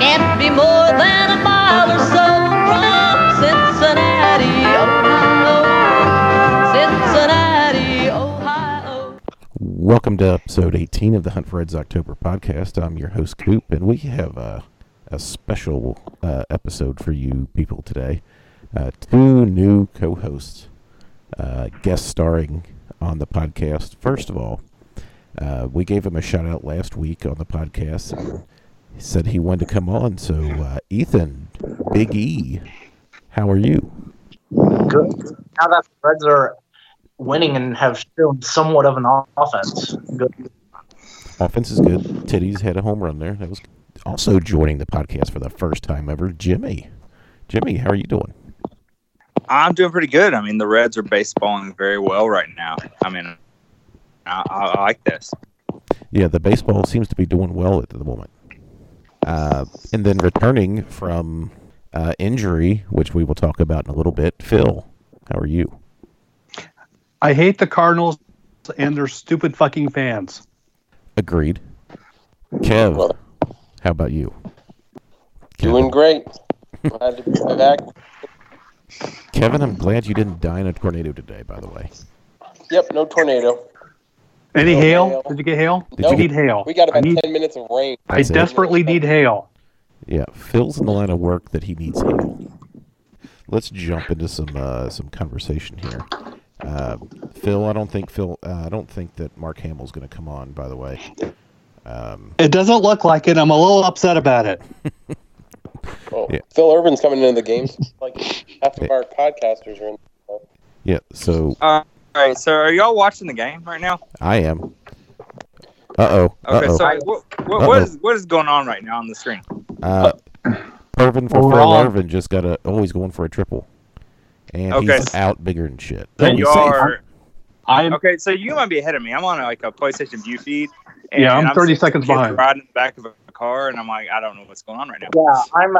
Can't be more than a mile or so from Cincinnati, Ohio. Cincinnati, Ohio. Welcome to episode 18 of the Hunt for Ed's October podcast. I'm your host, Coop, and we have a, a special uh, episode for you people today. Uh, two new co hosts, uh, guest starring on the podcast. First of all, uh, we gave him a shout out last week on the podcast. And he said he wanted to come on. So, uh, Ethan, Big E, how are you? good. Now that the Reds are winning and have shown somewhat of an offense, good. Offense is good. Titties had a home run there. That was also joining the podcast for the first time ever. Jimmy, Jimmy, how are you doing? I'm doing pretty good. I mean, the Reds are baseballing very well right now. I mean, I, I I like this. Yeah, the baseball seems to be doing well at the moment. Uh, and then returning from uh, injury, which we will talk about in a little bit. Phil, how are you? I hate the Cardinals and their stupid fucking fans. Agreed. Kev, how about you? Doing great. Glad to be back. Kevin, I'm glad you didn't die in a tornado today. By the way, Yep, no tornado. Any No hail? hail. Did you get hail? Did you I need get- hail. We got I, about need, 10 minutes of rain. I That's it. desperately need hail. Yeah, Phil's in the line of work that he needs help. Let's jump into some uh, some conversation here. Uh, Phil, I don't think Phil, uh, I don't think that Mark Hamill's going to come on. By the way, Um, It doesn't look like it. I'm a little upset about it. Oh, Yeah. Phil Irvin's coming into the game. Like half of our podcasters are in. yeah. So Uh, all right, so are y'all watching the game right now? I am. Uh oh. Okay, Uh so oh. what, what, what Uh-oh. is what is going on right now on the screen? Uh, Irvin for Phil Wrong. Irvin just got a. Oh, he's going for a triple, and Okay. he's out bigger than shit. Then Oh, you he's safe. are I'm okay. So you might be ahead of me. I'm on like a PlayStation view feed. Yeah, I'm 30 seeing seconds kids behind. Riding in the back of a car, and I'm like, I don't know what's going on right now. Yeah, I'm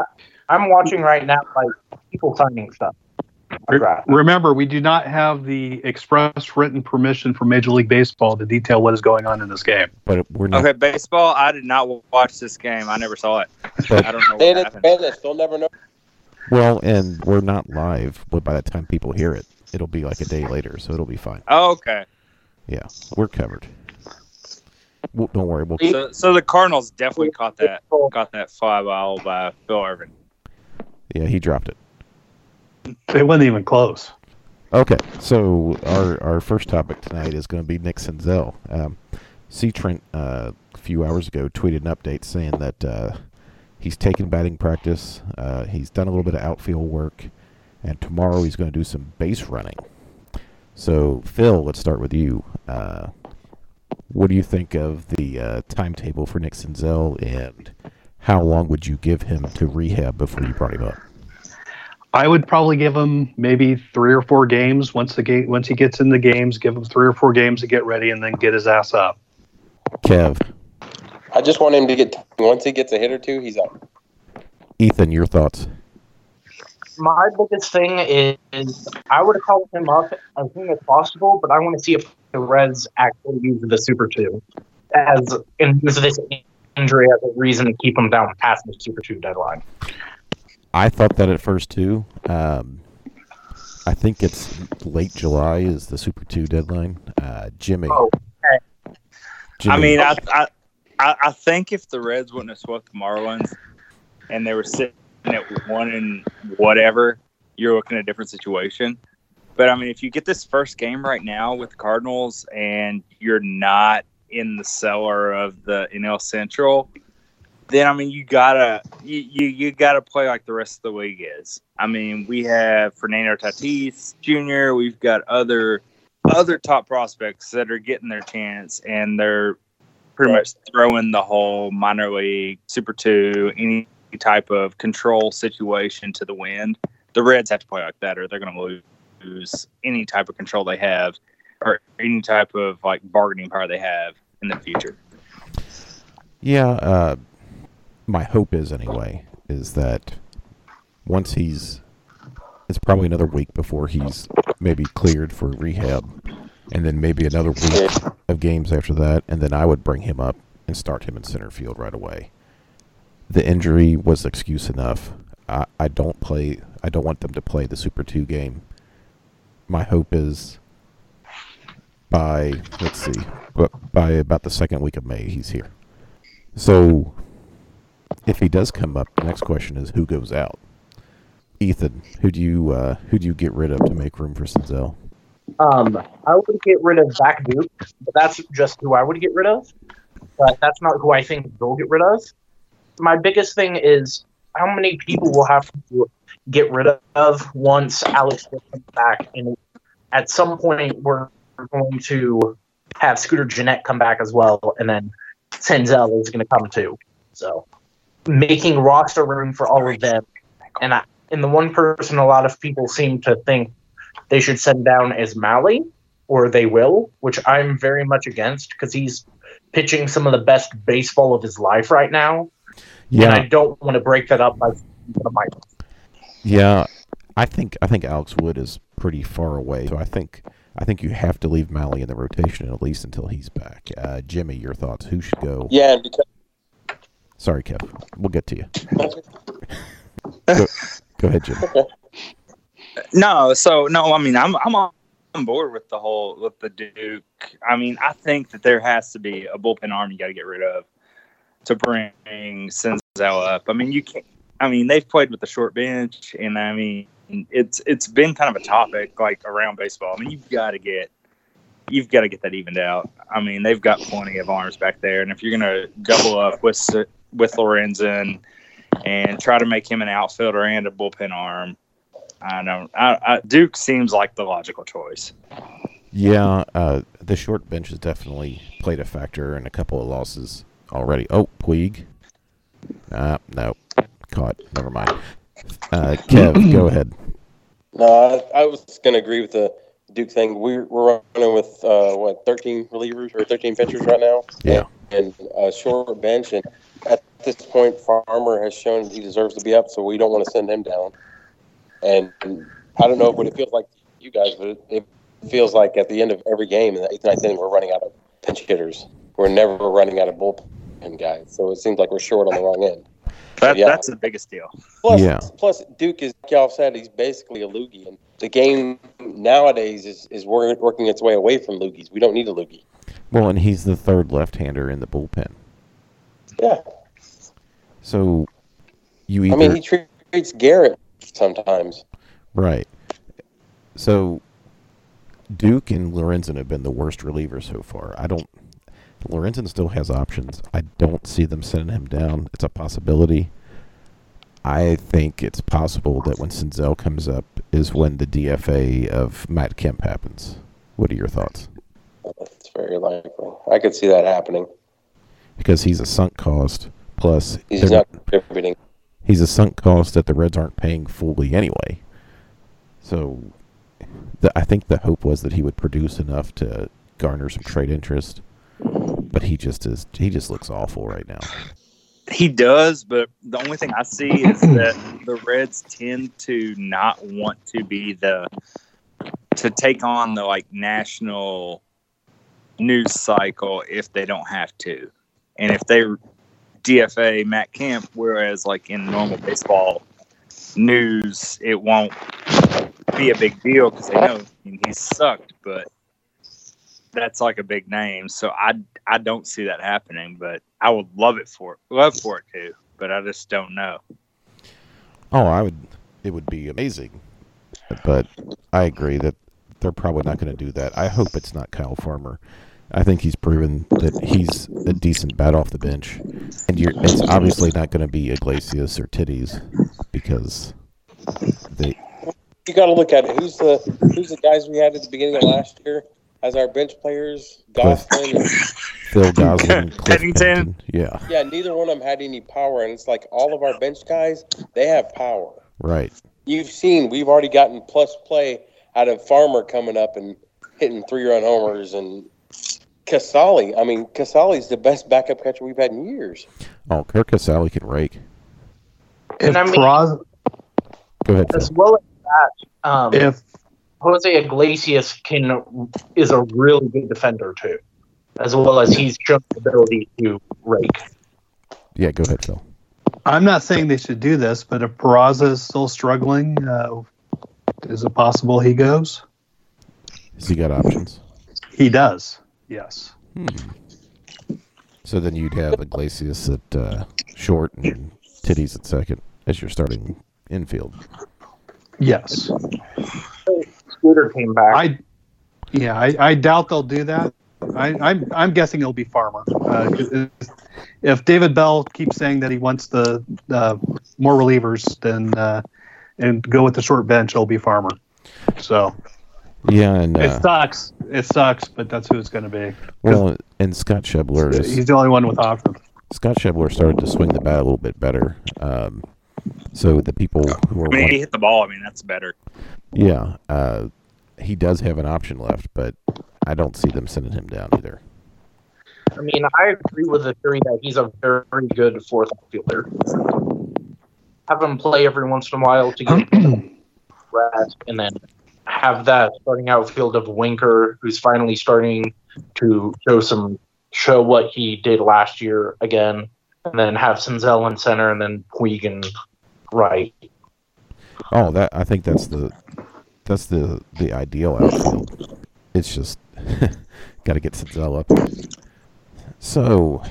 I'm watching right now like people signing stuff. Right. remember we do not have the express written permission from Major League Baseball to detail what is going on in this game. But we're not. Okay, baseball. I did not w- watch this game. I never saw it. But- I don't know They what didn't happened. Spanish. They'll never know. Well, and we're not live. But by the time people hear it, it'll be like a day later, so it'll be fine. Oh, okay, Yeah, we're covered. Well, don't worry. We'll, so, so the Cardinals definitely caught that People- got that fly ball by Phil Irvin. yeah, he dropped it. It wasn't even close. Okay, so our our first topic tonight is going to be Nick Senzel. Um, C. Trent uh, a few hours ago tweeted an update saying that uh, he's taken batting practice. Uh, he's done a little bit of outfield work, and tomorrow he's going to do some base running. So Phil, let's start with you. Uh, what do you think of the uh, timetable for Nick Senzel, and how long would you give him to rehab before you brought him up? I would probably give him maybe three or four games once the game once he gets in the games. Give him three or four games to get ready and then get his ass up. Kev, I just want him to get. Once he gets a hit or two, he's out. Ethan, your thoughts? My biggest thing is, is I would have called him up as soon as possible, but I want to see if the Reds actually use the Super Two as and use this injury as a reason to keep him down past the Super Two deadline. I thought that at first too. Um, I think it's late July is the Super Two deadline. Uh, Jimmy, Oh, Jimmy, I mean, I, I, I I think if the Reds wouldn't have swept the Marlins and they were sitting at one and whatever, you're looking at a different situation. But I mean, if you get this first game right now with the Cardinals and you're not in the cellar of the NL Central, then I mean, you gotta you, you you gotta play like the rest of the league is. I mean, we have Fernando Tatis Jr. We've got other other top prospects that are getting their chance and they're pretty much throwing the whole minor league, super two, any type of control situation to the wind. The Reds have to play like that or they're going to lose any type of control they have. or any type of like bargaining power they have in the future. Yeah, uh, my hope is anyway is that once he's, it's probably another week before he's maybe cleared for rehab, and then maybe another week of games after that, and then I would bring him up and start him in center field right away. The injury was excuse enough. I, I don't play. I don't want them to play the Super Two game. My hope is by let's see, bu- by about the second week of May, he's here. So, if he does come up, the next question is who goes out. Ethan, who do you uh, who do you get rid of to make room for Sinzel? Um, I would get rid of Zach Duke, but that's just who I would get rid of. But that's not who I think they'll get rid of. My biggest thing is how many people will have to get rid of once Alex Smith comes back, and at some point we're going to have Scooter Jeanette come back as well, and then Senzel is going to come too. So making roster room for all of them, and I, and the one person a lot of people seem to think they should send down is Mally, or they will, which I'm very much against because he's pitching some of the best baseball of his life right now. And I don't want to break that up by the mic. Yeah, I think I think Alex Wood is pretty far away. So I think I think you have to leave Mally in the rotation at least until he's back. Uh, Jimmy, your thoughts? Who should go? Yeah, and because Sorry, Kev. We'll get to you. go, go ahead, Jimmy. No, so no, I mean I'm I'm on board with the whole with the Duke. I mean, I think that there has to be a bullpen arm you got to get rid of to bring Senzel up. I mean, you can't. I mean, they've played with the short bench, and I mean, it's it's been kind of a topic like around baseball. I mean, you've got to get you've got to get that evened out. I mean, they've got plenty of arms back there, and if you're gonna double up with S- with Lorenzen and try to make him an outfielder and a bullpen arm, I don't. I, I, Duke seems like the logical choice. Yeah, uh, the short bench has definitely played a factor in a couple of losses already. Oh, Puig. Uh, no, caught. Never mind. Uh, Kev, go ahead. no, I, I was going to agree with the Duke thing. We're, we're running with uh, what 13 relievers or 13 pitchers right now. Yeah. and a short bench. And at this point, Farmer has shown he deserves to be up, so we don't want to send him down. And I don't know what it feels like to you guys, but it, it feels like at the end of every game in the eighth, ninth inning, we're running out of pinch hitters. We're never running out of bullpen guys, so it seems like we're short on the wrong end. That, Yeah. That's the biggest deal. Plus, Yeah. plus Duke is like y'all said he's basically a loogie, and the game nowadays is is wor- working its way away from loogies. We don't need a loogie. Well, and he's the third left-hander in the bullpen. Yeah, So you either I mean he tre- treats Garrett sometimes. right. So Duke and Lorenzen have been the worst relievers so far. I don't. Lorenzen still has options. I don't see them sending him down. It's a possibility. I think it's possible that when Sinzel comes up is when the DFA of Matt Kemp happens. What are your thoughts? That's very likely. I could see that happening. Because he's a sunk cost. Plus, He's they're- not contributing. he's a sunk cost that the Reds aren't paying fully anyway. So, the, I think the hope was that he would produce enough to garner some trade interest, but he just is he just looks awful right now. He does, but the only thing I see is that the Reds tend to not want to be the to take on the like national news cycle if they don't have to, and if they DFA Matt Kemp, whereas like in normal baseball news, it won't be a big deal because they know I mean, he sucked, but that's like a big name. So I I don't see that happening, but I would love it for love for it too. But I just don't know. Oh, I would it would be amazing, but I agree that they're probably not going to do that. I hope it's not Kyle Farmer. I think he's proven that he's a decent bat off the bench, and you're, it's obviously not going to be Iglesias or Titties because they You got to look at it. who's the who's the guys we had at the beginning of last year as our bench players. Goslin. And, Phil Gosling, Cliff Pennington. Pennington. Yeah, yeah, neither one of them had any power, and it's like all of our bench guys they have power. right. You've seen we've already gotten plus play out of Farmer coming up and hitting three run homers and Casali. I mean, Casali's the best backup catcher we've had in years. Oh, Kirk Casale can rake. If, And I mean- Peraza- Go ahead. Phil. As well as that, um, if Jose Iglesias can is a really good defender too, as well as he's shown the ability to rake. Yeah, go ahead, Phil. I'm not saying they should do this, but if Peraza is still struggling, uh, is it possible he goes? Has he got options? He does. Yes. So then you'd have Iglesias at uh, short and Titties at second as your starting infield. Yes. Scooter came back. I. Yeah, I, I doubt they'll do that. I, I'm I'm guessing it'll be Farmer. Uh, 'cause if- if David Bell keeps saying that he wants the uh, more relievers, then uh, and go with the short bench, it'll be Farmer. So Yeah, and uh, it sucks. It sucks, but that's who it's going to be. well, and Scott Shebler is He's the only one with options. Scott Shebler started to swing the bat a little bit better. Um, so the people who are I mean, wondering- he hit the ball. I mean, that's better. yeah, uh, he does have an option left, but I don't see them sending him down either. I mean, I agree with the theory that he's a very good fourth outfielder. Have him play every once in a while to get rest, and then have that starting outfield of Winker, who's finally starting to show some show what he did last year again, and then have Senzel in center, and then Puig in right. Oh, that I think that's the that's the the ideal outfield. It's just got to get Senzel up. So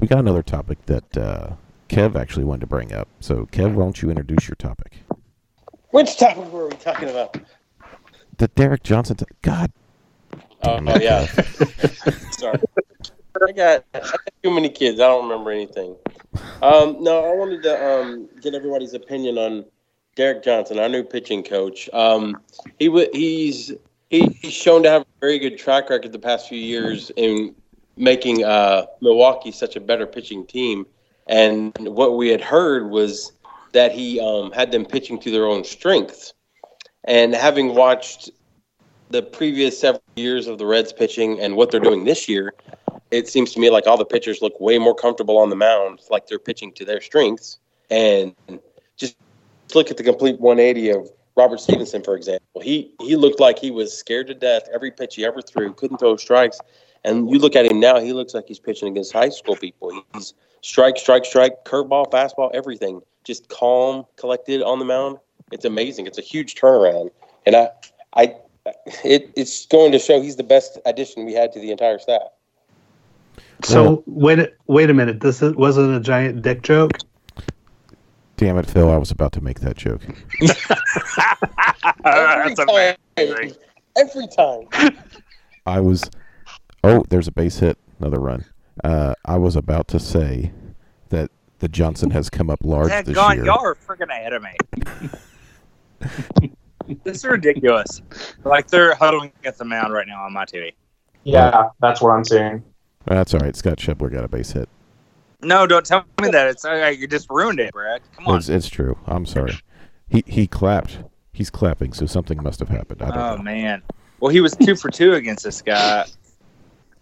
we got another topic that uh, Kev actually wanted to bring up. So Kev, why don't you introduce your topic? Which topic were we talking about? The Derek Johnson. to- God, Oh, Damn oh, it, yeah. Sorry. I got, I got too many kids. I don't remember anything. Um, no, I wanted to um, get everybody's opinion on Derek Johnson, our new pitching coach. Um, he wa he's he's shown to have a very good track record the past few years in making uh, Milwaukee such a better pitching team. And what we had heard was that he um, had them pitching to their own strengths. And having watched the previous several years of the Reds pitching and what they're doing this year, it seems to me like all the pitchers look way more comfortable on the mound, like they're pitching to their strengths. And just look at the complete 180 of Robert Stevenson, for example. He he looked like he was scared to death every pitch he ever threw, couldn't throw strikes. And you look at him now, he looks like he's pitching against high school people. He's strike, strike, strike, curveball, fastball, everything. Just calm, collected on the mound. It's amazing. It's a huge turnaround. And I, I it, it's going to show he's the best addition we had to the entire staff. So wait, wait a minute. This is, wasn't a giant dick joke. damn it, Phil! I was about to make that joke. Uh, that's amazing. time, every time. I was. Oh, there's a base hit, another run. Uh, I was about to say that the Johnson has come up large this Daggone, year. y'all are freaking ahead of me. this is ridiculous. Like they're huddling at the mound right now on my TV. Yeah, that's what I'm saying. That's all right. Scott Shepler got a base hit. No, don't tell me that. It's uh, you just ruined it, Brad. Come on. It's, it's true. I'm sorry. He he clapped. He's clapping, so something must have happened. I don't Oh know. man. Well, he was two for two against this guy,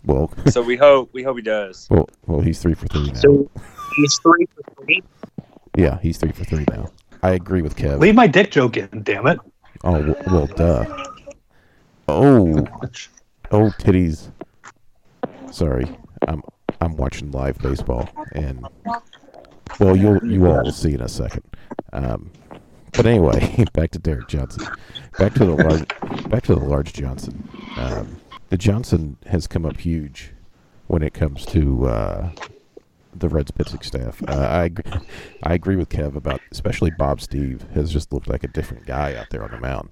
Well, so we hope we hope he does. well, well, he's three for three now. So he's three for three. yeah, he's three for three now. I agree with Kev. Leave my dick joke in. Damn it. Oh well, well, duh. Oh, oh, titties. Sorry, I'm I'm watching live baseball, and well, you'll you all will see in a second. Um, but anyway, back to Derek Johnson. Back to the large, back to the large Johnson. Um, the Johnson has come up huge when it comes to uh, the Reds pitching staff. Uh, I ag- I agree with Kev about especially Bob Steve has just looked like a different guy out there on the mound.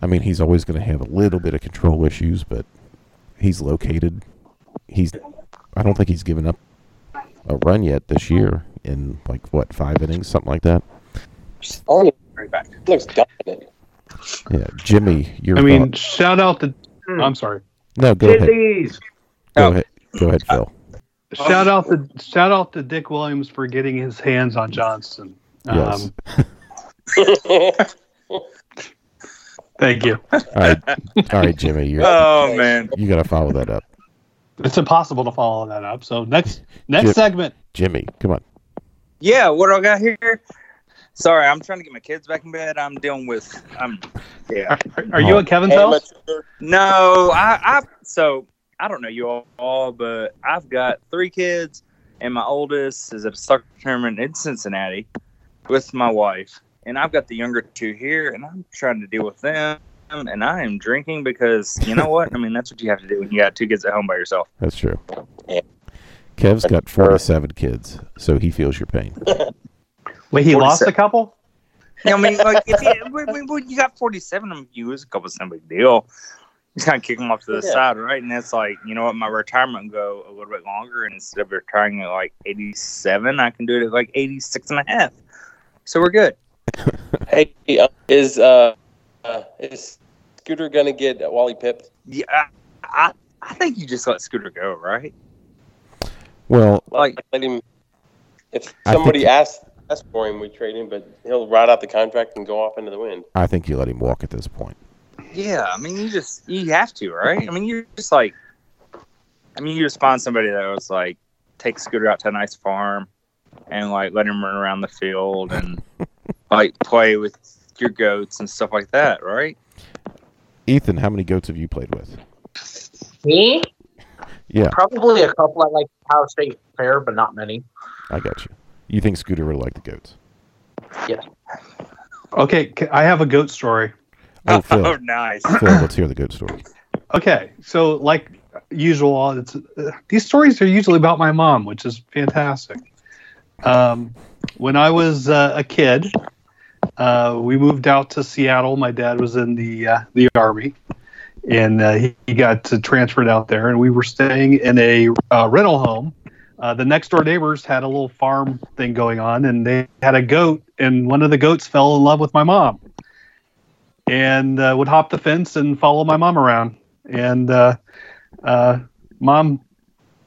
I mean, he's always going to have a little bit of control issues, but he's located. He's I don't think he's given up a run yet this year in like what five innings, something like that. On it Right back. looks dominant. Yeah, Jimmy, your I mean, thought- shout out to. I'm sorry. no, go ahead, Titties. go Oh. ahead, go ahead, Phil. Shout out to shout out to Dick Williams for getting his hands Um, on Johnson. Yes. Thank you. All right, all right, Jimmy, you Oh man, you got to follow that up. It's impossible to follow that up. So next next Chip. segment. Jimmy, come on. yeah. What do I got here? Sorry, I'm trying to get my kids back in bed. I'm dealing with. I'm. Yeah. Are, are you Oh. at Kevin's house? Amateur. No, I. I so I don't know you all, all, but I've got three kids, and my oldest is at a soccer tournament in Cincinnati with my wife, and I've got the younger two here, and I'm trying to deal with them. And I am drinking because you know what? I mean, that's what you have to do when you got two kids at home by yourself. That's true. Yeah. Kev's got 47 kids, so he feels your pain. Wait, he lost a 47. couple? I mean, like, if you, when, when- when you got 47 of you, it's a couple, it's no big deal. Just kind of kick them off to the Yeah. side, right? And it's like, you know what, my retirement will go a little bit longer. And instead of retiring at like 87, I can do it at like 86 and a half. So we're good. Hey, uh, is uh, uh, is Scooter gonna get Wally pipped? Yeah, I, I, I think you just let Scooter go, right? Well, Like, Let him. If I think- somebody asks, asks for him, we trade him, but he'll ride out the contract and go off into the wind. I think you let him walk at this point. yeah, I mean, you just, you have to, right? I mean, you're just like, I mean, you just find somebody that was like, take Scooter out to a nice farm and like let him run around the field and like play with your goats and stuff like that, right? Ethan, how many goats have you played with? Me? Yeah, Probably a couple at like Ohio State Fair, but not many. I got you. You think Scooter would like the goats? Okay, c- I have a goat story. Oh, Phil. Oh, nice. Phil, let's hear the goat story. Okay, so like usual, it's uh, these stories are usually about my mom, which is fantastic. Um, when I was uh, a kid, uh, we moved out to Seattle. My dad was in the uh, the army, and uh, he, he got uh, transferred out there. And we were staying in a uh, rental home. Uh, the next door neighbors had a little farm thing going on, and they had a goat, and one of the goats fell in love with my mom, and uh, would hop the fence and follow my mom around. And uh, uh, mom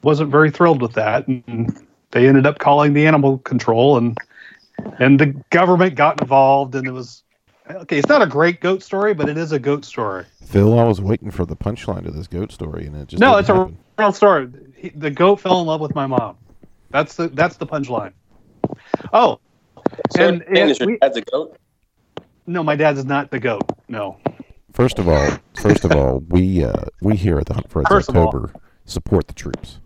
wasn't very thrilled with that, and they ended up calling the animal control, and and the government got involved, and it was okay. It's not a great goat story, but it is a goat story. Phil, I was waiting for the punchline to this goat story, and it just No, didn't it's a- happen. real story. He, the goat fell in love with my mom. That's the that's the punchline. Oh So, And- and, and is your we- dad's a goat? no, my dad's not the goat. No. First of all, first of all, we uh, we here at the Hunt for Red First of all. October support the troops.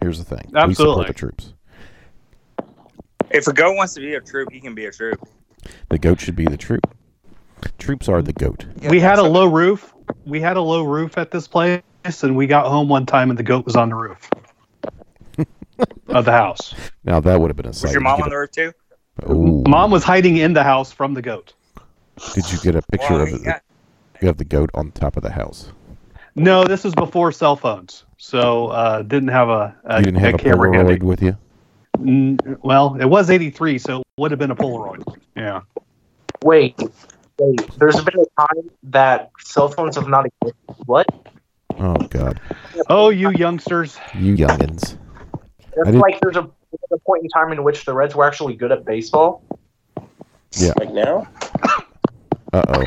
Here's the thing: we Absolutely. support the troops. If a goat wants to be a troop, he can be a troop. The goat should be the troop. Troops are the goat. we had a low roof. We had a low roof at this place, and we got home one time, and the goat was on the roof of the house. Now that would have been a sight. Was your mom on the roof too? Oh, Mom was hiding in the house from the goat. Did you get a picture Well, I of mean, it? yeah. You have the goat on top of the house. No, this was before cell phones, so uh, didn't have a, a, you didn't have a, camera Polaroid handy. with you. Mm, well, it was '83, so it would have been a Polaroid. Yeah. Wait, wait. There's been a time that cell phones have not existed. What? Oh God, Oh, you youngsters. you youngins! That's did- like there's a, there's a point in time in which the Reds were actually good at baseball. Yeah. Like now? Uh oh,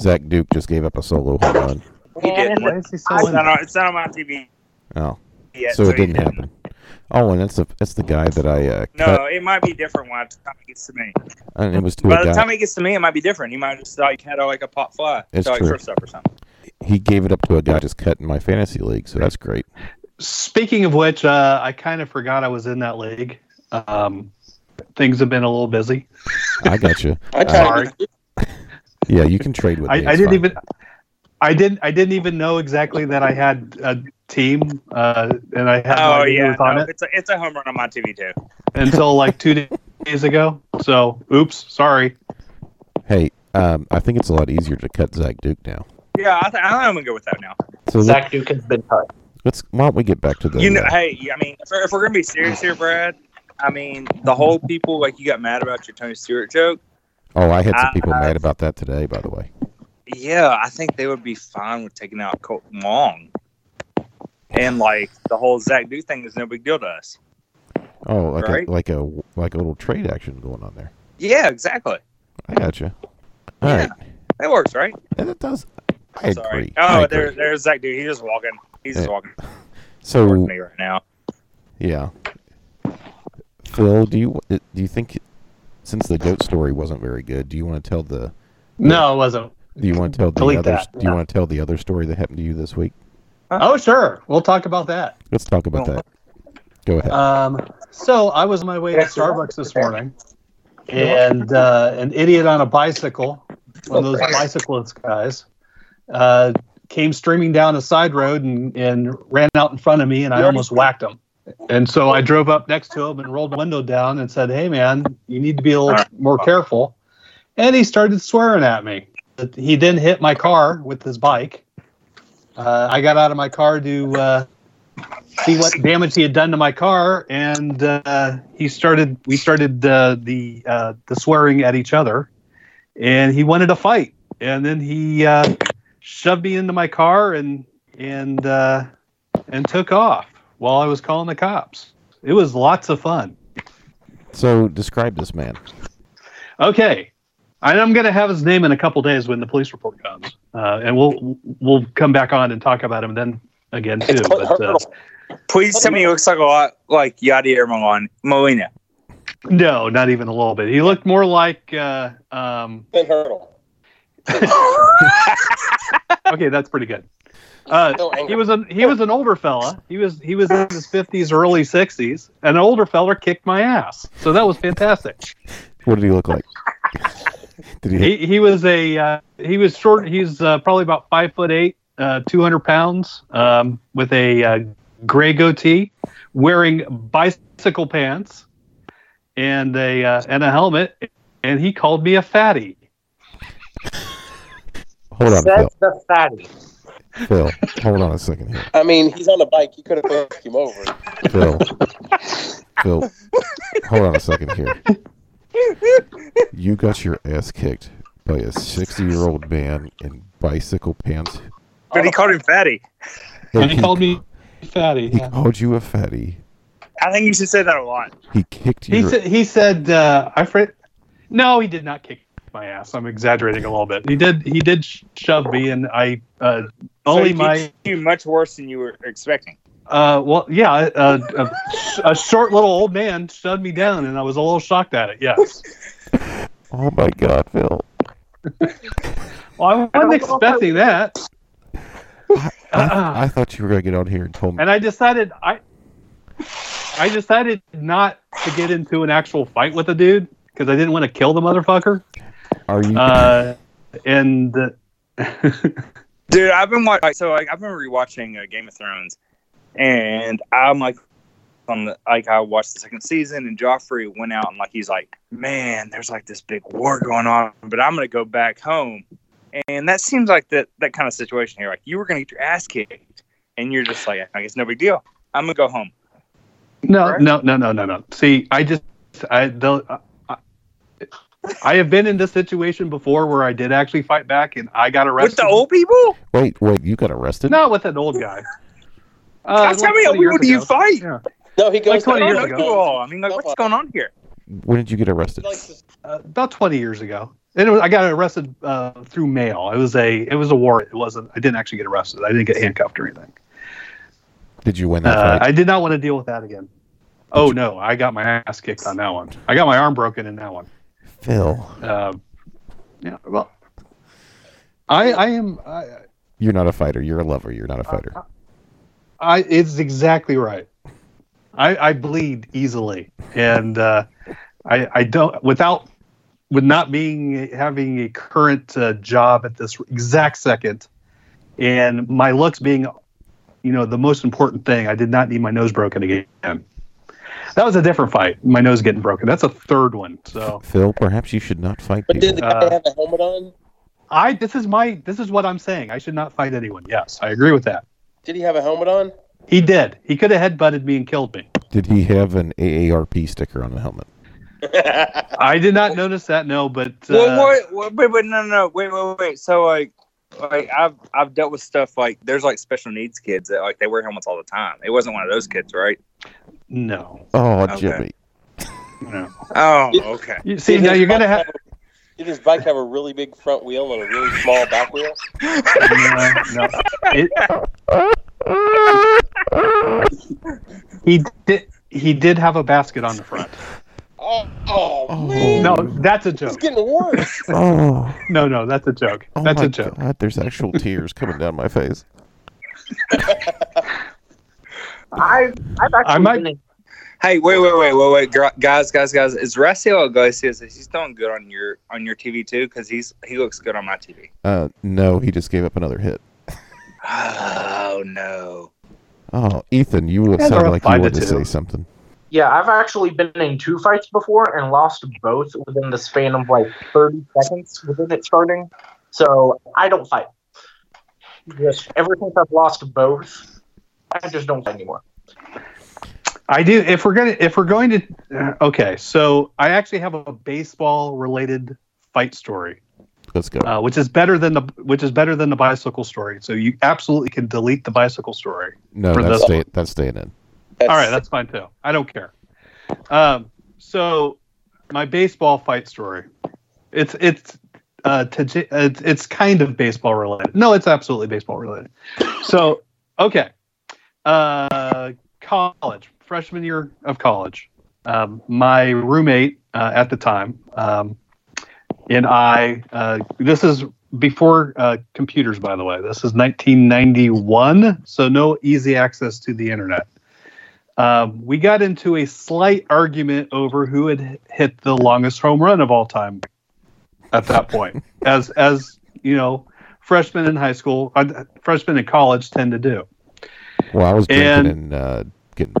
Zach Duke just gave up a solo home run. He didn't. Why is he so? It's not, on, it's not on my TV Oh, yet. so it he didn't happen. Oh, and that's the that's the guy that I uh, cut, No, it might be different by the time it gets to me. and it was to By a guy. the time it gets to me, it might be different. He might just like had a, like a pop fly, It's so like true. trips up or something. He gave it up to a guy just cut in my fantasy league, so that's great. Speaking of which, uh, I kind of forgot I was in that league. Um, things have been a little busy. I got you. I Sorry. tried. to Yeah, you can trade with I, me. I it's didn't fine. even. I didn't. I didn't even know exactly that I had a team, uh, and I had no Oh idea who yeah, was on no, it it's a it's a home run on my TV too. until like two days ago. So, oops, sorry. Hey, um, I think it's a lot easier to cut Zach Duke now. Yeah, I th- I'm gonna go with that now. So let, Zach Duke has been cut. us Why don't we get back to the? you know, uh, hey, I mean, if, if we're gonna be serious here, Brad, I mean, the whole people like you got mad about your Tony Stewart joke. oh, I had some I- people mad about that today. By the way, Yeah, I think they would be fine with taking out Colton Long. And like the whole Zach Duke thing is no big deal to us. oh, like Right? a, like a like a little trade action going on there. Yeah, exactly. I got you. All right, That works, right? And it does. I agree. Sorry. I Oh, agree. there, there's that dude. He's just walking. He's just Yeah. walking towards So me right now. yeah, Phil, do you uh, do you think since the goat story wasn't very good, do you want to tell the No, it wasn't. do you want to tell the Delete other that. do you want to tell the other story that happened to you this week? Oh, sure. We'll talk about that. Let's talk about Well, that. Go ahead. Um, so I was on my way to Starbucks this morning, and uh, an idiot on a bicycle, one of those bicyclist guys, uh, came streaming down a side road and, and ran out in front of me, and I almost whacked him. And so I drove up next to him and rolled the window down and said, "Hey, man, you need to be a little more careful." And he started swearing at me. He then hit my car with his bike. Uh, I got out of my car to uh, see what damage he had done to my car, and uh, he started. We started uh, the uh, the swearing at each other, and he wanted to fight, and then he uh, shoved me into my car and and uh, and took off while I was calling the cops. It was lots of fun. so describe this man. Okay, and I'm going to have his name in a couple days when the police report comes, uh, and we'll we'll come back on and talk about him then again too. It's But, uh, Please tell me he looks like a lot like Yadier Molina. Molina. No, not even a little bit. He looked more like. Uh, um, Ben Hurdle. okay, that's pretty good. Uh, So angry. he was a he was an older fella. He was he was in his fifties, early sixties. An older fella kicked my ass, so that was fantastic. What did he look like? did he, He he was a uh, he was short. He's uh, probably about five foot eight, uh, two hundred pounds, um, with a uh, gray goatee, wearing bicycle pants, and a uh, and a helmet. And he called me a fatty. hold on, That's the fatty. Phil. Phil, hold on a second here. I mean, he's on a bike. You could have pushed him over. Phil. Phil, hold on a second here. You got your ass kicked by a 60 year old man in bicycle pants. But he called him fatty. And he called me fatty. he yeah. called you a fatty. I think you should say that a lot. He kicked He your said. He said. Uh, I fr- No, he did not kick my ass. I'm exaggerating a little bit. He did. He did sh- shove me, and I uh, so only he my. did you much worse than you were expecting. Uh, well, yeah, uh, a, a short little old man shoved me down, and I was a little shocked at it. Yes. Oh my god, Phil. Well, I wasn't expecting that, I, Uh, I, I thought you were going to get on here and tell me. and I decided I. I decided not to get into an actual fight with the dude because I didn't want to kill the motherfucker. Are you. Uh, and. uh, Dude, I've been watching. So like, I've been rewatching uh, Game of Thrones, and I'm like, on the like I watched the second season, and Joffrey went out and like he's like, man, there's like this big war going on, but I'm gonna go back home, and that seems like that that kind of situation here. Like you were gonna get your ass kicked, and you're just like, I guess no big deal. I'm gonna go home. No, correct? no, no, no, no, no. See, I just, I, the, I, I have been in this situation before where I did actually fight back and I got arrested. With the old people? wait, wait, you got arrested? Not with an old guy. Uh, Gosh, how like many 20 old years people do you ago. fight? Yeah. No, he goes. Like 20 I to- don't years know ago. you all. I mean, like, what's going on here? When did you get arrested? He likes to- Uh, about 20 years ago. And it was, I got arrested uh, through mail. It was a, it was a warrant. It wasn't, I didn't actually get arrested. I didn't get handcuffed or anything. Did you win that Uh, fight? I did not want to deal with that again. Oh no, I got my ass kicked on that one. I got my arm broken in that one. Phil, Um, yeah, well, I I am I, you're not a fighter. You're a lover. You're not a fighter. Uh, I it's exactly right. I I bleed easily, and uh, I I don't without with not being having a current uh, job at this exact second, and my looks being, you know, the most important thing. I did not need my nose broken again. That was a different fight. My nose getting broken. That's a third one. So Phil, perhaps you should not fight But did people. the guy Uh, have a helmet on? I this is my this is what I'm saying. I should not fight anyone. Yes, I agree with that. Did he have a helmet on? He did. He could have headbutted me and killed me. Did he have an AARP sticker on the helmet? I did not notice that. No, but uh, Well, wait, wait, wait, wait, no, no, no, wait, wait, wait. So like, like I've I've dealt with stuff like there's like special needs kids that like they wear helmets all the time. It wasn't one of those kids, right? no, Oh, Okay. Jimmy. no. Oh, okay. You see, now you're gonna have Did his bike have a really big front wheel and a really small back wheel? No, no. It- he did. He did have a basket on the front. Oh, oh, man. No, that's a It's joke. getting worse. Oh, No, no, that's a joke. oh That's my a joke. God, there's actual tears coming down my face. I've, I've actually I might- been in- Hey, wait, wait, wait, wait, wait, gr- guys, guys, guys! Is Raciel Iglesias? He's doing good on your on your TV too, because he's he looks good on my TV. Uh, no, he just gave up another hit. Oh no! Oh, Ethan, you would Yeah, sound they're like up you by wanted the to two. say something. yeah, I've actually been in two fights before and lost both within the span of like 30 seconds within it starting. So I don't fight. Just ever since I've lost both, I just don't fight anymore. I do. If we're gonna, if we're going to, uh, okay. So I actually have a baseball related fight story, Let's go. uh, which is better than the which is better than the bicycle story. So you absolutely can delete the bicycle story. no, for that's this stay, that's staying in. That's, All right, that's fine too. I don't care. Um, so my baseball fight story. It's it's uh, to, it's it's kind of baseball related. No, it's absolutely baseball related. So okay, uh, college freshman year of college. Um, my roommate uh, at the time um, and I. Uh, this is before uh, computers, by the way. This is 1991, so no easy access to the internet. Um, we got into a slight argument over who had hit the longest home run of all time at that point, as as you know, freshmen in high school, uh, freshmen in college tend to do. Well, I was drinking and, And- uh, getting,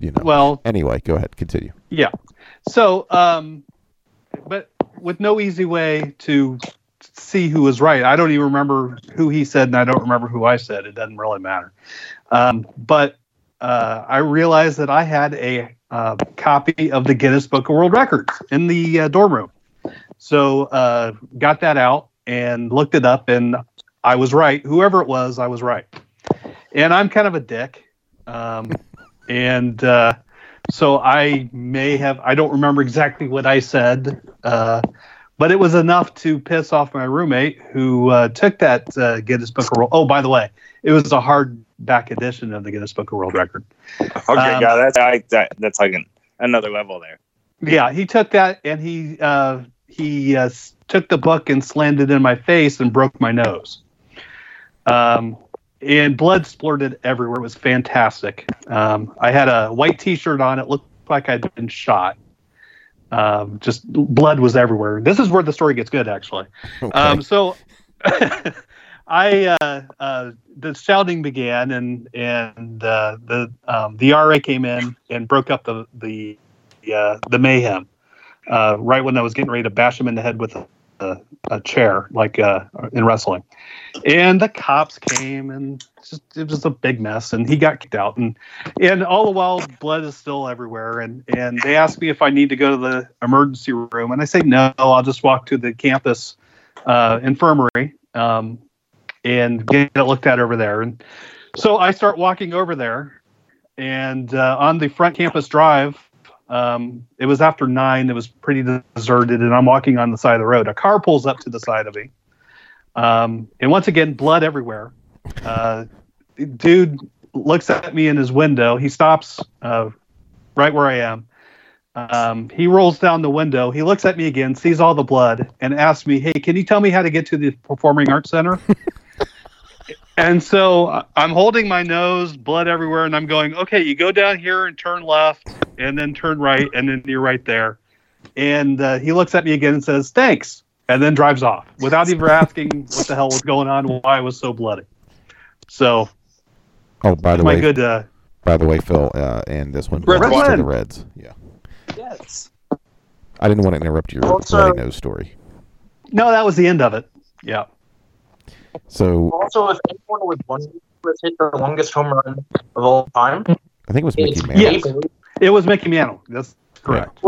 you know. Well, anyway, go ahead, continue. yeah. So, um, but with no easy way to see who was right, I don't even remember who he said, and I don't remember who I said. It doesn't really matter. Um, but uh, I realized that I had a uh, copy of the Guinness Book of World Records in the uh, dorm room. So, uh, got that out and looked it up, and I was right. Whoever it was, I was right. And I'm kind of a dick. Um, and uh, so I may have I don't remember exactly what I said, uh, but it was enough to piss off my roommate who uh, took that uh, Guinness Book of World. Oh, by the way, it was a hardback edition of the Guinness Book of World Record. Okay, Um, guys, that's like that, that's like an, another level there. Yeah, he took that and he uh, he uh, s- took the book and slammed it in my face and broke my nose. Um, and blood splurted everywhere. It was fantastic. Um, I had a white T-shirt on. It looked like I'd been shot. Um, just blood was everywhere. This is where the story gets good, actually. Okay. Um, so I uh, uh, the shouting began, and and uh, the um, the RA came in and broke up the the uh, the mayhem. Uh, right when I was getting ready to bash him in the head with a, a, a chair, like uh, in wrestling, and the cops came, and just, it was a big mess, and he got kicked out, and and all the while blood is still everywhere, and and they asked me if I need to go to the emergency room, and I say no, I'll just walk to the campus uh, infirmary um, and get it looked at over there. And so I start walking over there, and uh, on the front campus drive, um, it was after nine. It was pretty deserted, and I'm walking on the side of the road. A car pulls up to the side of me, um, and once again, blood everywhere. Uh, dude looks at me in his window. He stops uh, right where I am. Um, he rolls down the window. He looks at me again, sees all the blood, and asks me, "Hey, can you tell me how to get to the Performing Arts Center?" and so I- I'm holding my nose, blood everywhere, and I'm going, "Okay, you go down here and turn left, and then turn right, and then you're right there." And uh, he looks at me again and says, "Thanks," and then drives off without even asking what the hell was going on, why I was so bloody. So, oh, by the my way, good. Uh, by the way, Phil, uh, and this one Red belongs to Wine. the Reds. Yeah, Yes. I didn't want to interrupt your Also- bloody nose story. no, that was the end of it. Yeah. So Also, if anyone was wondering who has hit the longest home run of all time, I think it was Mickey it's Mantle. Yes. Babe Ruth. It was Mickey Mantle. That's correct.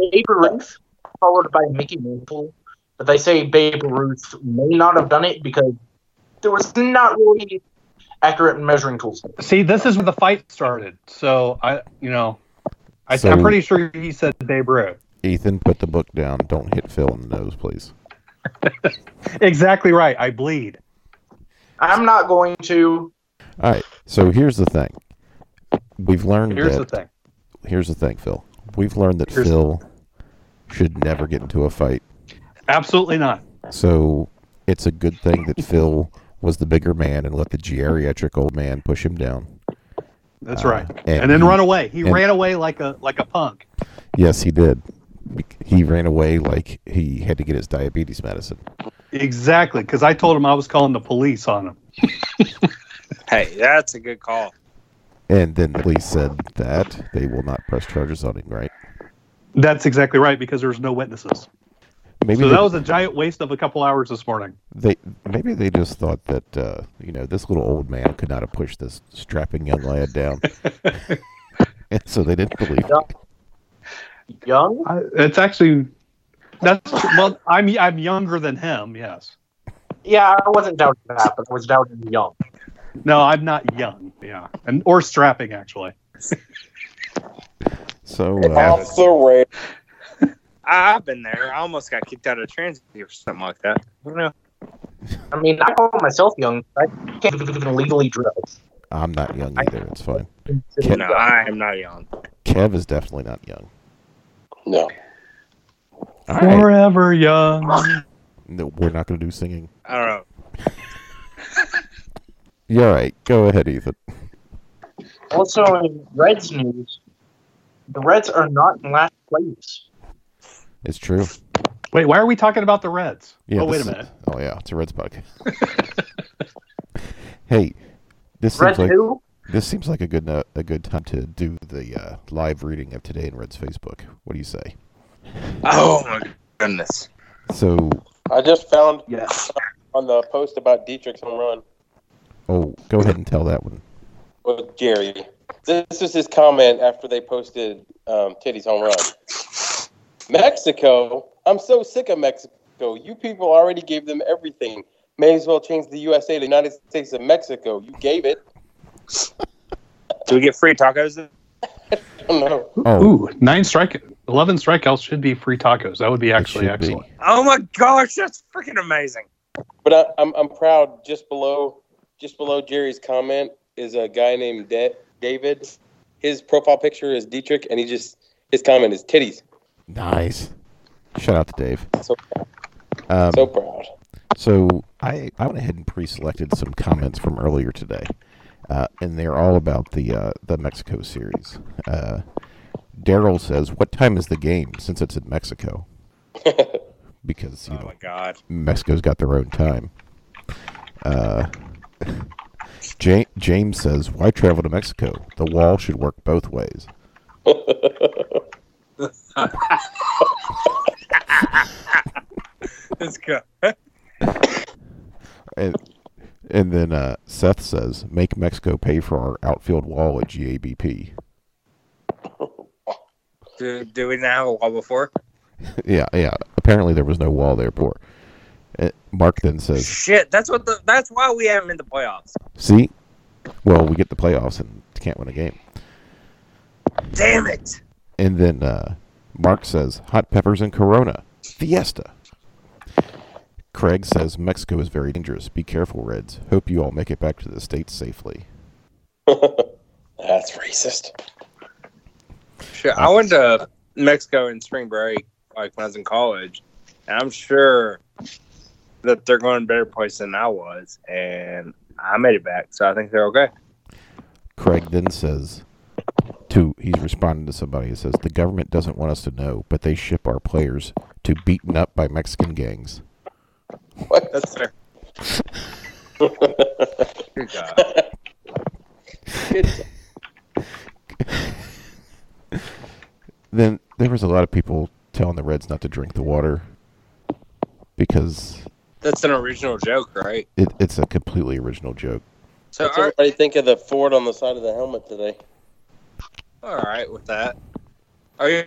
Babe Ruth, followed by Mickey Mantle. But they say Babe Ruth may not have done it because there was not really accurate measuring tools. See, this is where the fight started. So I, you know, I, So- I'm pretty sure he said Babe Ruth. Ethan, put the book down. Don't hit Phil in the nose, please. Exactly right. I bleed. I'm not going to. All right. So here's the thing. We've learned Here's the that. thing. Here's the thing, Phil. We've learned that Here's- Phil should never get into a fight. Absolutely not. So it's a good thing that Phil was the bigger man and let the geriatric old man push him down. That's Uh, right. and And, then he- run away. He and- ran away like a like a punk. Yes, he did. Bec- He ran away like he had to get his diabetes medicine. Exactly, because I told him I was calling the police on him. Hey, that's a good call. And then the police said that they will not press charges on him, right? That's exactly right, because there was no witnesses. Maybe so they, that was a giant waste of a couple hours this morning. they maybe they just thought that uh, you know this little old man could not have pushed this strapping young lad down, and so they didn't believe. Young, young? I, it's actually that's well, I'm I'm younger than him. Yes. Yeah, I wasn't doubting that, but I was doubting young. No, I'm not young. Yeah, and or strapping actually. So uh, Off the rail. I- I've been there. I almost got kicked out of transit or something like that. I don't know. I mean, I call myself young. but I can't even legally dress. I'm not young either. It's fine. No, I am not young. Kev is definitely not young. No. All right, Forever young. no, we're not going to do singing. I don't know. Yeah, all right. Go ahead, Ethan. Also, in Reds news, the Reds are not in last place. It's true. Wait, why are we talking about the Reds? Yeah, oh, wait a this- minute. Oh yeah, it's a Reds bug. hey, this Reds seems like who? this seems like a good no- a good time to do the uh, live reading of today in Reds Facebook. What do you say? Oh my goodness. So, I just found Yes. on the post about Dietrich's home run oh, go ahead and tell that one. with Gary. This was his comment after they posted um, Teddy's home run. Mexico, I'm so sick of Mexico. You people already gave them everything. May as well change the USA to the United States of Mexico. You gave it. Do we get free tacos? then? I don't know. Oh, Ooh, nine strike, eleven strikeouts should be free tacos. That would be actually should be. excellent. Oh my gosh, that's freaking amazing. But I, I'm I'm proud. Just below, just below Jerry's comment is a guy named da- David. His profile picture is Dietrich, and he just his comment is titties. nice. Shout out to Dave. So, Um, so proud. So I, I went ahead and pre-selected some comments from earlier today, uh, and they're all about the uh, the Mexico series. Uh, Daryl says, "What time is the game? Since it's in Mexico, because you Oh know my god. Mexico's got their own time." Uh, Ja- James says, "Why travel to Mexico? The wall should work both ways." That's good. And and then uh, Seth says, "Make Mexico pay for our outfield wall at GABP." Do, do we not have a wall before? Yeah, yeah. Apparently there was no wall there before. Uh, Mark then says, Shit, that's what the that's why we haven't been to playoffs. "See, well, we get the playoffs and can't win a game." Damn it. And then uh, Mark says, "Hot peppers and Corona, Fiesta." Craig says, "Mexico is very dangerous. Be careful, Reds. Hope you all make it back to the states safely." That's racist. Shit, I went to Mexico in spring break, like when I was in college, and I'm sure that they're going to a better place than I was, and I made it back, so I think they're okay. Craig then says, "To he's responding to somebody. He says, "The government doesn't want us to know, but they ship our players to beaten up by Mexican gangs." That's fair. Good God. then there was a lot of people telling the Reds not to drink the water because That's an original joke, right? it, it's a completely original joke. So What's are everybody think of the Ford on the side of the helmet today? all right with that. Are you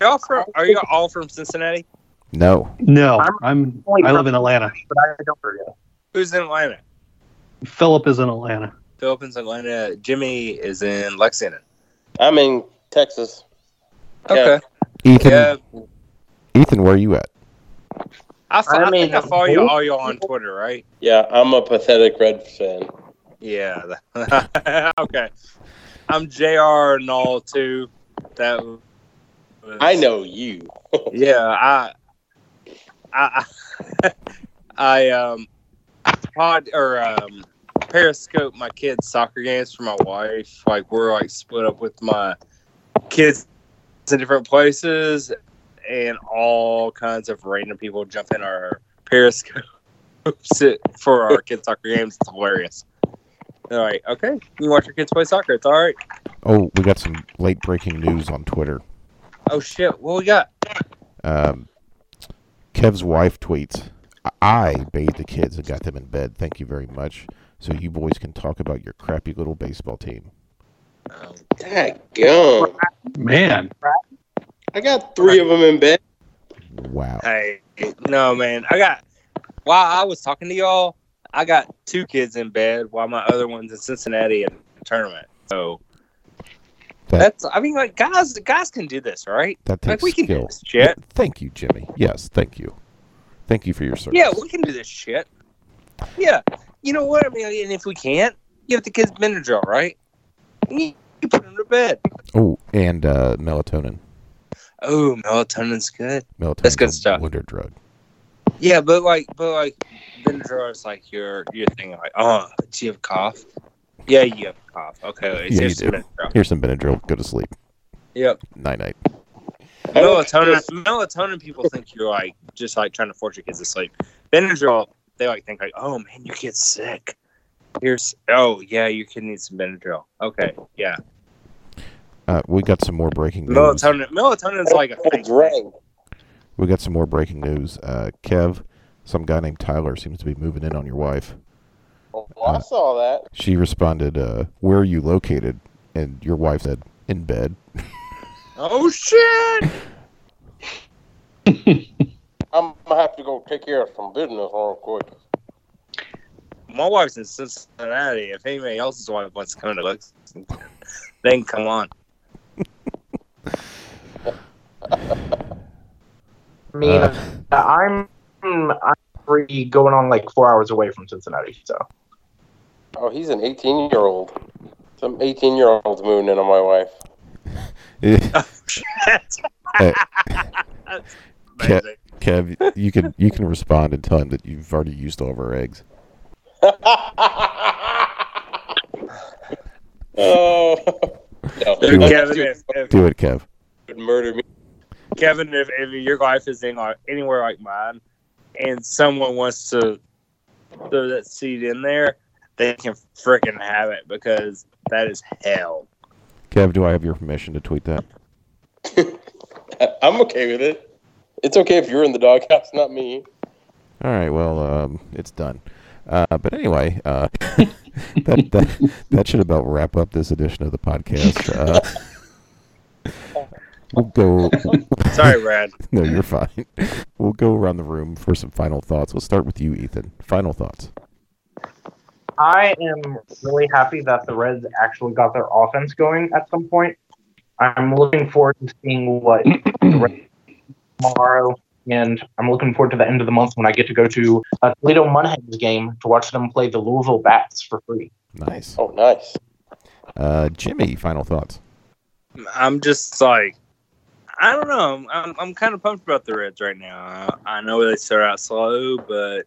y'all from? Are you all from Cincinnati? No, No, I'm- I'm. I live in Atlanta. But I don't forget. Who's in Atlanta? Philip is in Atlanta. Philippines, Atlanta. Jimmy is in Lexington. I'm in Texas. Okay. Yeah. Ethan, Yeah, Ethan, where are you at? I, fo- I, I mean- think I follow you all y'all on Twitter, right? Yeah, I'm a pathetic Red fan. Yeah. okay. I'm Jr. Null too. That. Was, I know you. Yeah, I, I, I- I um, pod or um, Periscope my kids' soccer games for my wife. Like we're like split up with my kids in different places, and all kinds of random people jump in our Periscope for our kids' soccer games. It's hilarious. They're like, okay, you watch your kids play soccer. It's all right. Oh, we got some late breaking news on Twitter. Oh shit, what we got? Um, Kev's wife tweets, "I bathed the kids and got them in bed. Thank you very much. So you boys can talk about your crappy little baseball team." Um, Daggone. Man, I got three of them in bed. Wow. Hey, no, man. I got while I was talking to y'all, I got two kids in bed while my other one's in Cincinnati at the tournament. So That- that's I mean like guys guys can do this, right? That Like takes we can do skill. this shit. Thank you, Jimmy. Yes, thank you. Thank you for your service. Yeah, we can do this shit. Yeah. You know what? I mean and if we can't, you have the kids Benadryl, right? And you, you put them to bed. Oh, and uh, melatonin. Oh, melatonin's good. Melatonin. good stuff. Wonder drug. Yeah, but like, but like, Benadryl is like your your thing. Like, oh, do you have cough? Yeah, you have cough. Okay, it's Yeah, you just do. Benadryl. Here's some Benadryl. Go to sleep. Yep. Night night. Melatonin. Melatonin. People think you're like just like trying to force your kids to sleep. Benadryl. They like think like, oh man, you get sick. Here's oh yeah, your kid needs some Benadryl. Okay, yeah. Uh, we got some more breaking news. Melatonin. Melatonin's like a fake thing. Drank. We got some more breaking news. Uh, Kev, some guy named Tyler seems to be moving in on your wife. Well, Oh, I saw that. She responded, uh, "Where are you located?" And your wife said, "In bed." Oh shit! I'm gonna have to go take care of some business real quick. My wife's in Cincinnati. If anybody else's wife wants to come to Lexington, then come on. I mean, Uh. I'm I'm free going on like four hours away from Cincinnati, so Oh, he's an 18 year old. Some 18 year old's moving in on my wife. Eh, Hey. That's amazing. Kev, you can you can respond and tell him that you've already used all of her eggs. oh. No. Do it. Kevin, if, if, Do it, Kev. would murder me. Kevin, if, if your wife is in like, anywhere like mine, and someone wants to throw that seed in there, they can freaking have it because that is hell. Kev, do I have your permission to tweet that? I'm okay with it. It's okay if you're in the doghouse, not me. All right. Well, um, it's done. Uh, but anyway, uh, that, that that should about wrap up this edition of the podcast. Uh, we'll go. Sorry, Brad. No, you're fine. We'll go around the room for some final thoughts. Let's start with you, Ethan. Final thoughts. I am really happy that the Reds actually got their offense going at some point. I'm looking forward to seeing what the Reds tomorrow, and I'm looking forward to the end of the month when I get to go to a Toledo Munhens game to watch them play the Louisville Bats for free. Nice. Oh, nice. Uh, Jimmy, final thoughts. I'm just like, I don't know. I'm, I'm, I'm kind of pumped about the Reds right now. I, I know they start out slow, but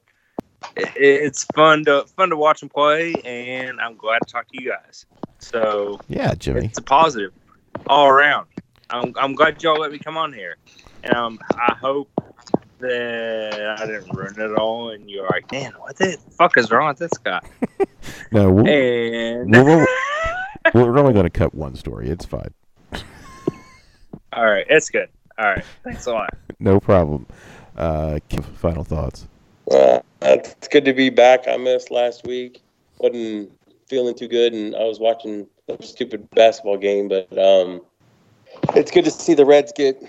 it, it's fun to fun to watch them play, and I'm glad to talk to you guys. So Yeah, Jimmy. It's a positive all around. I'm, I'm glad y'all let me come on here. And um, I hope that I didn't ruin it all and you're like, man, what the fuck is wrong with this guy? No, we're, And Well, well- we're only going to cut one story. It's fine. all right, it's good. All right, thanks a lot. No problem. Uh, Kev, final thoughts. Well, Uh, it's good to be back. I missed last week. wasn't feeling too good, and I was watching a stupid basketball game. But um, it's good to see the Reds get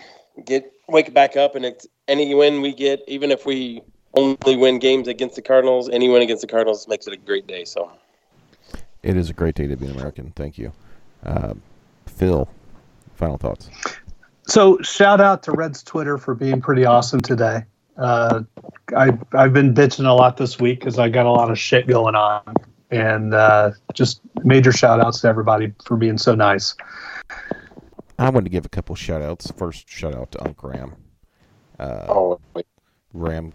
get wake back up, and it's, any win we get, even if we only win games against the Cardinals, any win against the Cardinals makes it a great day. So It is a great day to be an American. Thank you. Um Phil, final Uh, thoughts. So shout out to Red's Twitter for being pretty awesome today. Uh, I I've been bitching a lot this week because I got a lot of shit going on, and uh, just major shout outs to everybody for being so nice. I want to give a couple shout outs. First, shout out to Uncle Ram. Uh, Oh, wait. Ram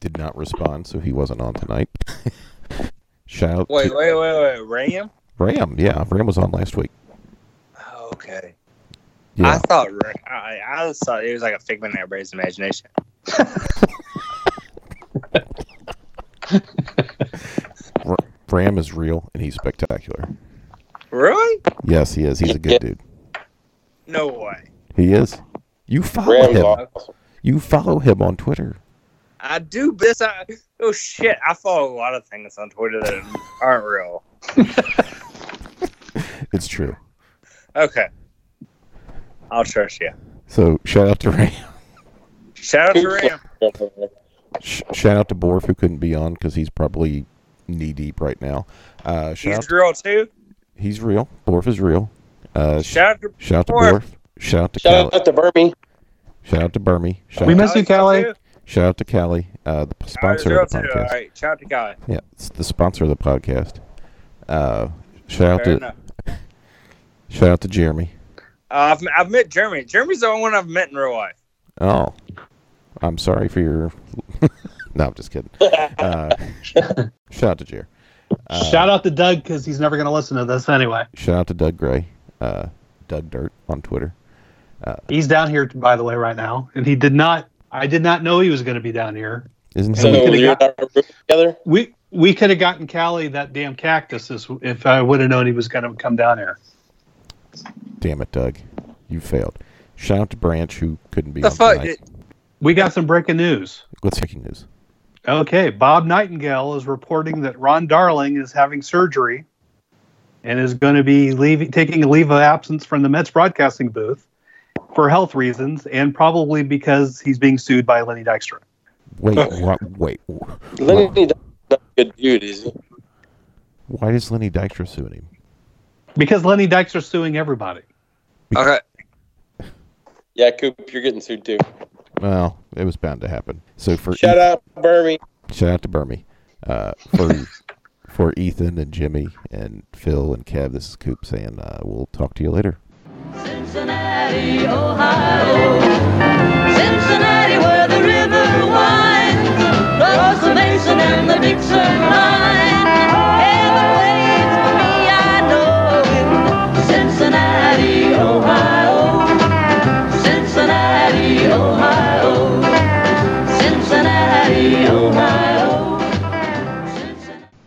did not respond, so he wasn't on tonight. shout out Wait, to wait, wait, wait. Ram? Ram. Yeah, Ram was on last week. Oh, okay. I Yeah, thought Ra- I, I just thought it was like a figment of everybody's imagination. Ram is real and he's spectacular. Really? Yes, he is. He's a good Yeah. dude. No way. He is. You follow Ram's him. awesome. You follow him on Twitter. I do this. I, oh shit! I follow a lot of things on Twitter that aren't real. It's true. Okay, I'll trust you. So shout out to Ram. Shout out to Ram. Sh- shout out to Borf who couldn't be on because he's probably knee deep right now. Uh, shout out He's real too. He's real. Borf is real. Uh, sh- Shout out to shout out to Borf. Borf. Shout out to Callie. Shout out to Burmy. Shout out to Burmy. Shout, We out, miss- you, Callie. too. shout out to Callie, uh, the p- Alright, sponsor of the zero two. All podcast. right, shout out to Callie. Yeah, it's the sponsor of the podcast. Uh, shout out Fair to enough. shout out to Jeremy. Uh, I've, I've met Jeremy. Jeremy's the only one I've met in real life. Oh, I'm sorry for your. no, I'm just kidding. Uh, shout out to Jer. Uh, shout out to Doug because he's never going to listen to this anyway. Shout out to Doug Gray, uh, Doug Dirt on Twitter. He's down here by the way right now, and he did not. I did not know he was going to be down here. Isn't So he? could've you're got- not a group together? We we could have gotten Callie that damn cactus this- if I would have known he was going to come down here. Damn it, Doug, you failed. Shout out to Branch who couldn't be The on fuck? tonight. We got some breaking news. What's breaking news? Okay, Bob Nightingale is reporting that Ron Darling is having surgery and is going to be leaving, taking a leave of absence from the Mets broadcasting booth for health reasons and probably because he's being sued by Lenny Dykstra. Wait, wha- wait. wha- Lenny Dyke's not a good dude, is he? Why does Lenny Dykstra sue him? Because Lenny Dykstra's suing everybody. Okay. Yeah, Coop, you're getting sued too. Well, it was bound to happen. So for E- Shout out, Burmy. Shout out to Burmy. Uh, for for Ethan and Jimmy and Phil and Kev, this is Coop saying uh, we'll talk to you later. Cincinnati, Ohio. Cincinnati, where the river winds across the Mason and the Dixon line.